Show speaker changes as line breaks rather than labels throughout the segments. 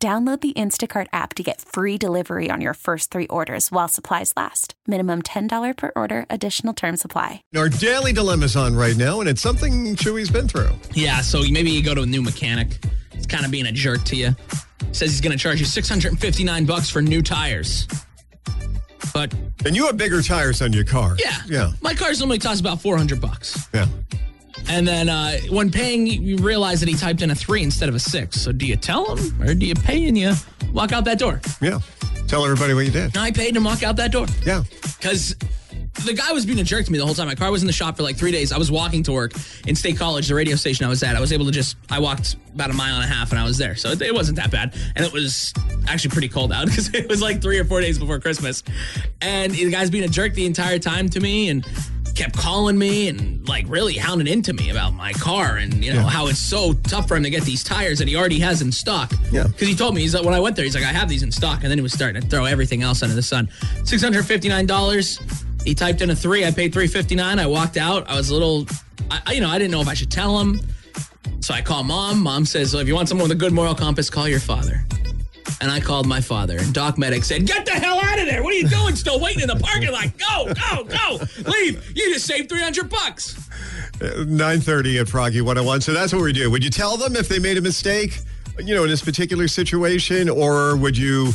Download the Instacart app to get free delivery on your first three orders while supplies last. Minimum $10 per order, additional term supply.
Our daily dilemma's on right now, and it's something Chewy's been through.
Yeah, so maybe you go to a new mechanic. It's kind of being a jerk to you. Says he's going to charge you 659 bucks for new tires. But
And you have bigger tires on your car.
yeah,
Yeah.
my car's normally costs about 400 bucks.
Yeah.
And then uh, when paying, you realize that he typed in a three instead of a six. So do you tell him or do you pay and you walk out that door?
Yeah. Tell everybody what you did.
I paid and walk out that door.
Yeah.
Because the guy was being a jerk to me the whole time. My car was in the shop for like three days. I was walking to work in State College, the radio station I was at. I was able to just, I walked about a mile and a half and I was there. So it, it wasn't that bad. And it was actually pretty cold out because it was like three or four days before Christmas. And the guy's being a jerk the entire time to me and kept calling me and like really hounding into me about my car and you know
Yeah.
how it's so tough for him to get these tires that he already has in stock.
Yeah.
Because he told me he's like when I went there, he's like, I have these in stock, and then he was starting to throw everything else under the sun. Six hundred fifty nine dollars. He typed in a three. I paid three fifty nine. I walked out. I was a little, I, I- you know, I didn't know if I should tell him. So I call mom. Mom says, well, if you want someone with a good moral compass, call your father. And I called my father, and Doc Medic said, Get the hell out of there! What are you doing? Still waiting in the parking lot? Go, go, go! Leave! You just saved 300 bucks!
9.30 Uh, at Froggy 101. So that's what we do. Would you tell them if they made a mistake, you know, in this particular situation, or would you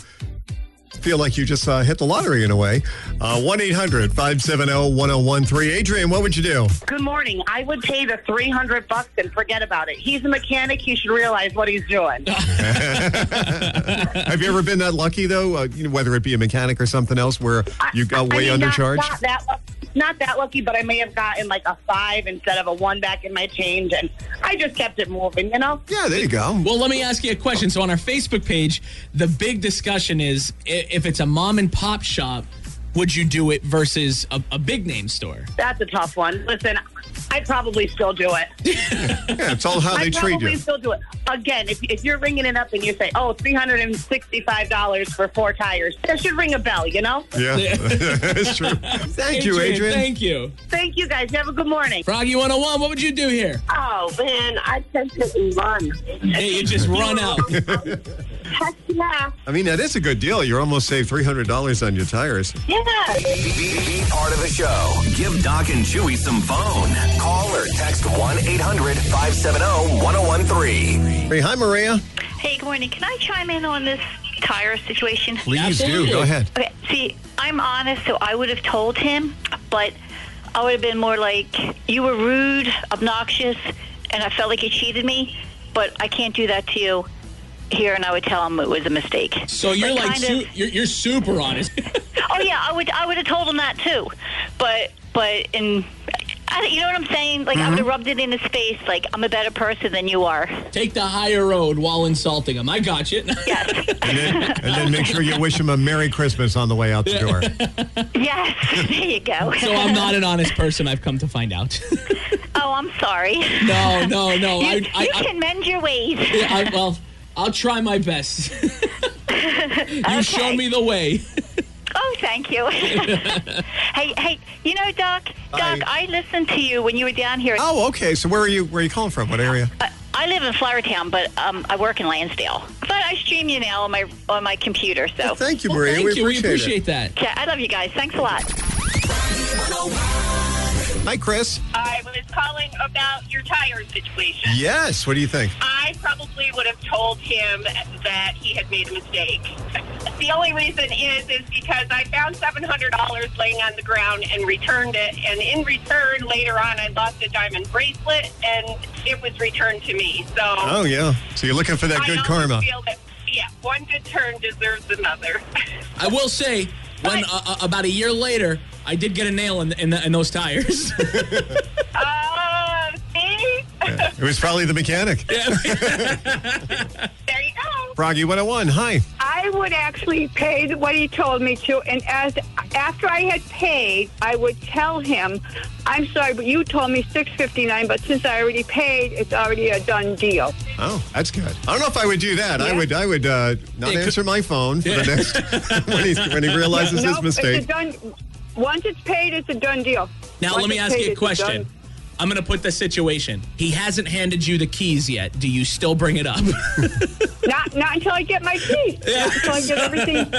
feel like you just uh, hit the lottery in a way? Uh, 1-800-570-1013. Adrian, what would you do?
Good morning. I would pay the three hundred bucks and forget about it. He's a mechanic. He should realize what he's doing.
Have you ever been that lucky, though, uh, you know, whether it be a mechanic or something else, where you got
I
way
mean, not-
undercharged?
Not, that, lu- not that lucky, but I may have gotten like a five instead of a one back in my change, and I just kept it moving. You know.
yeah, there you go.
Well, let me ask you a question. So, on our Facebook page, the big discussion is i- if it's a mom and pop shop, would you do it versus a, a big name store?
That's a tough one. Listen, I probably still do it.
Yeah, it's all how
I
they treat
probably
you.
still do it. Again, if, if you're ringing it up and you say, "Oh, three hundred and sixty-five dollars for four tires," that should ring a bell. You know.
Yeah, it's true. Thank you, Adrian.
Thank you.
Thank you guys. Have a good morning.
Froggy 101, what would you do here?
Oh man, I tend to run.
Hey, you just run out.
Heck yeah.
I mean, that is a good deal. You're almost saved $300 on your tires.
Yeah.
Be, be, be part of the show. Give Doc and Chewy some phone. Call or text 1 800 570 1013.
Hey, hi, Maria.
Hey, good morning. Can I chime in on this tire situation?
Please
Absolutely.
do. Go ahead.
Okay, see, I'm honest, so I would have told him, but I would have been more like, you were rude, obnoxious, and I felt like you cheated me, but I can't do that to you here, and I would tell him it was a mistake.
So you're like,
kind
su-
of-
you're, you're super honest.
oh yeah, I would, I would have told him that too, but, but in. I, you know what I'm saying? Like I would have rubbed it in his face. Like I'm a better person than you are.
Take the higher road while insulting him. I got you.
Yes,
And then, and then make sure you wish him a Merry Christmas on the way out the door.
yes. There you go.
so I'm not an honest person, I've come to find out.
Oh, I'm sorry.
no, no, no. I,
you
I,
you
I,
can mend your ways.
Yeah, I, well, I'll try my best. you show me the way.
Oh, thank you. hey, hey, you know, Doc,
Hi.
Doc, I listened to you when you were down here.
Oh, okay. So where are you? Where are you calling from? What area?
I, I live in Flowertown, but um, I work in Lansdale. But I stream you now on my on my computer. So,
Thank you,
Well,
Maria.
thank you.
we
we appreciate that.
yeah, I love you guys. Thanks a lot.
it. Hi, Chris.
I was calling about your tire situation.
Yes. What do you think?
I probably would have told him that he had made a mistake. The only reason is is because I found seven hundred dollars laying on the ground and returned it. And in return, later on, I lost a diamond bracelet, and it was returned to me. So
Oh yeah. So you're looking for that
I
good
always
karma.
Feel that, yeah, one good turn deserves another.
I will say, when uh, uh, about a year later, I did get a nail in, in, the, in those tires.
Oh, see,
It was probably the mechanic.
there you go.
Froggy 101. Hi.
I would actually pay what he told me to, and as after I had paid, I would tell him, "I'm sorry, but you told me six fifty nine, but since I already paid, it's already a done deal."
Oh, that's good. I don't know if I would do that. I would. I would uh, not
Yeah, could-
answer my phone for the next when he when he realizes his
Nope, It's a
mistake.
done. Once it's paid, it's a done deal.
Now,
Once
let me
it's
ask
paid,
you a
it's
question.
done-
I'm going to put the situation. He hasn't handed you the keys yet. Do you still bring it up?
Not not until I get my keys. Not until I get everything.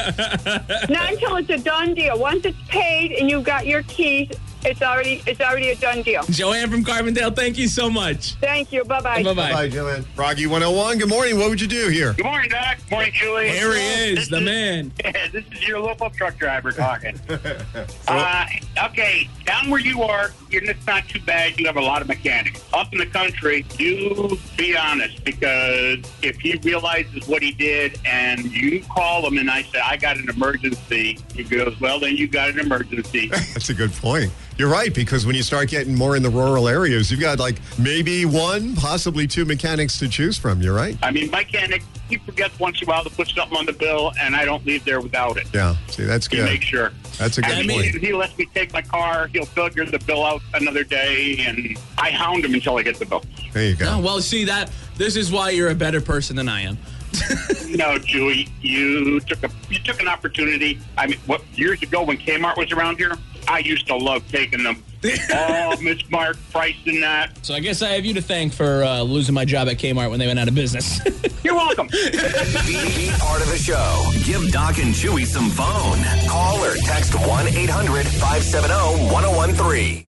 not until it's a done deal. Once it's paid and you've got your keys, it's already it's already a done deal.
Joanne from Carbondale, thank you so much.
Thank you. Bye bye.
Bye
Bye,
bye.
Joanne. Froggy 101. Good morning. What would you do here?
Good morning, Doc. Morning, Julie.
Here he is, the man.
this is your local truck driver talking. uh, okay, down where you are, you're it's not too bad. You have a lot of mechanics. Up in the country, you be honest because if he realizes what he did and you call him and I say, I got an emergency, he goes, well, then you got an emergency.
That's a good point. You're right because when you start getting more in the rural areas, you've got like maybe one, possibly two mechanics to choose from. You're right.
I mean, mechanic, he forgets once in a while to put something on the bill and I don't leave there without it.
Yeah. See, that's
He
good.
makes sure.
That's a
I
good
mean,
point.
if he lets me take my car, he'll figure the bill out another day, and I hound him until I get the bill.
There you
Oh,
go.
well, see that this is why you're a better person than I am.
No, Dewey, you took a you took an opportunity. I mean, what years ago when Kmart was around here, I used to love taking them. oh, Miss Mark, price and that.
So I guess I have you to thank for uh, losing my job at Kmart when they went out of business.
You're welcome.
Be part of the show. Give Doc and oh Chewy some phone. Call or text 1 800 570 1013.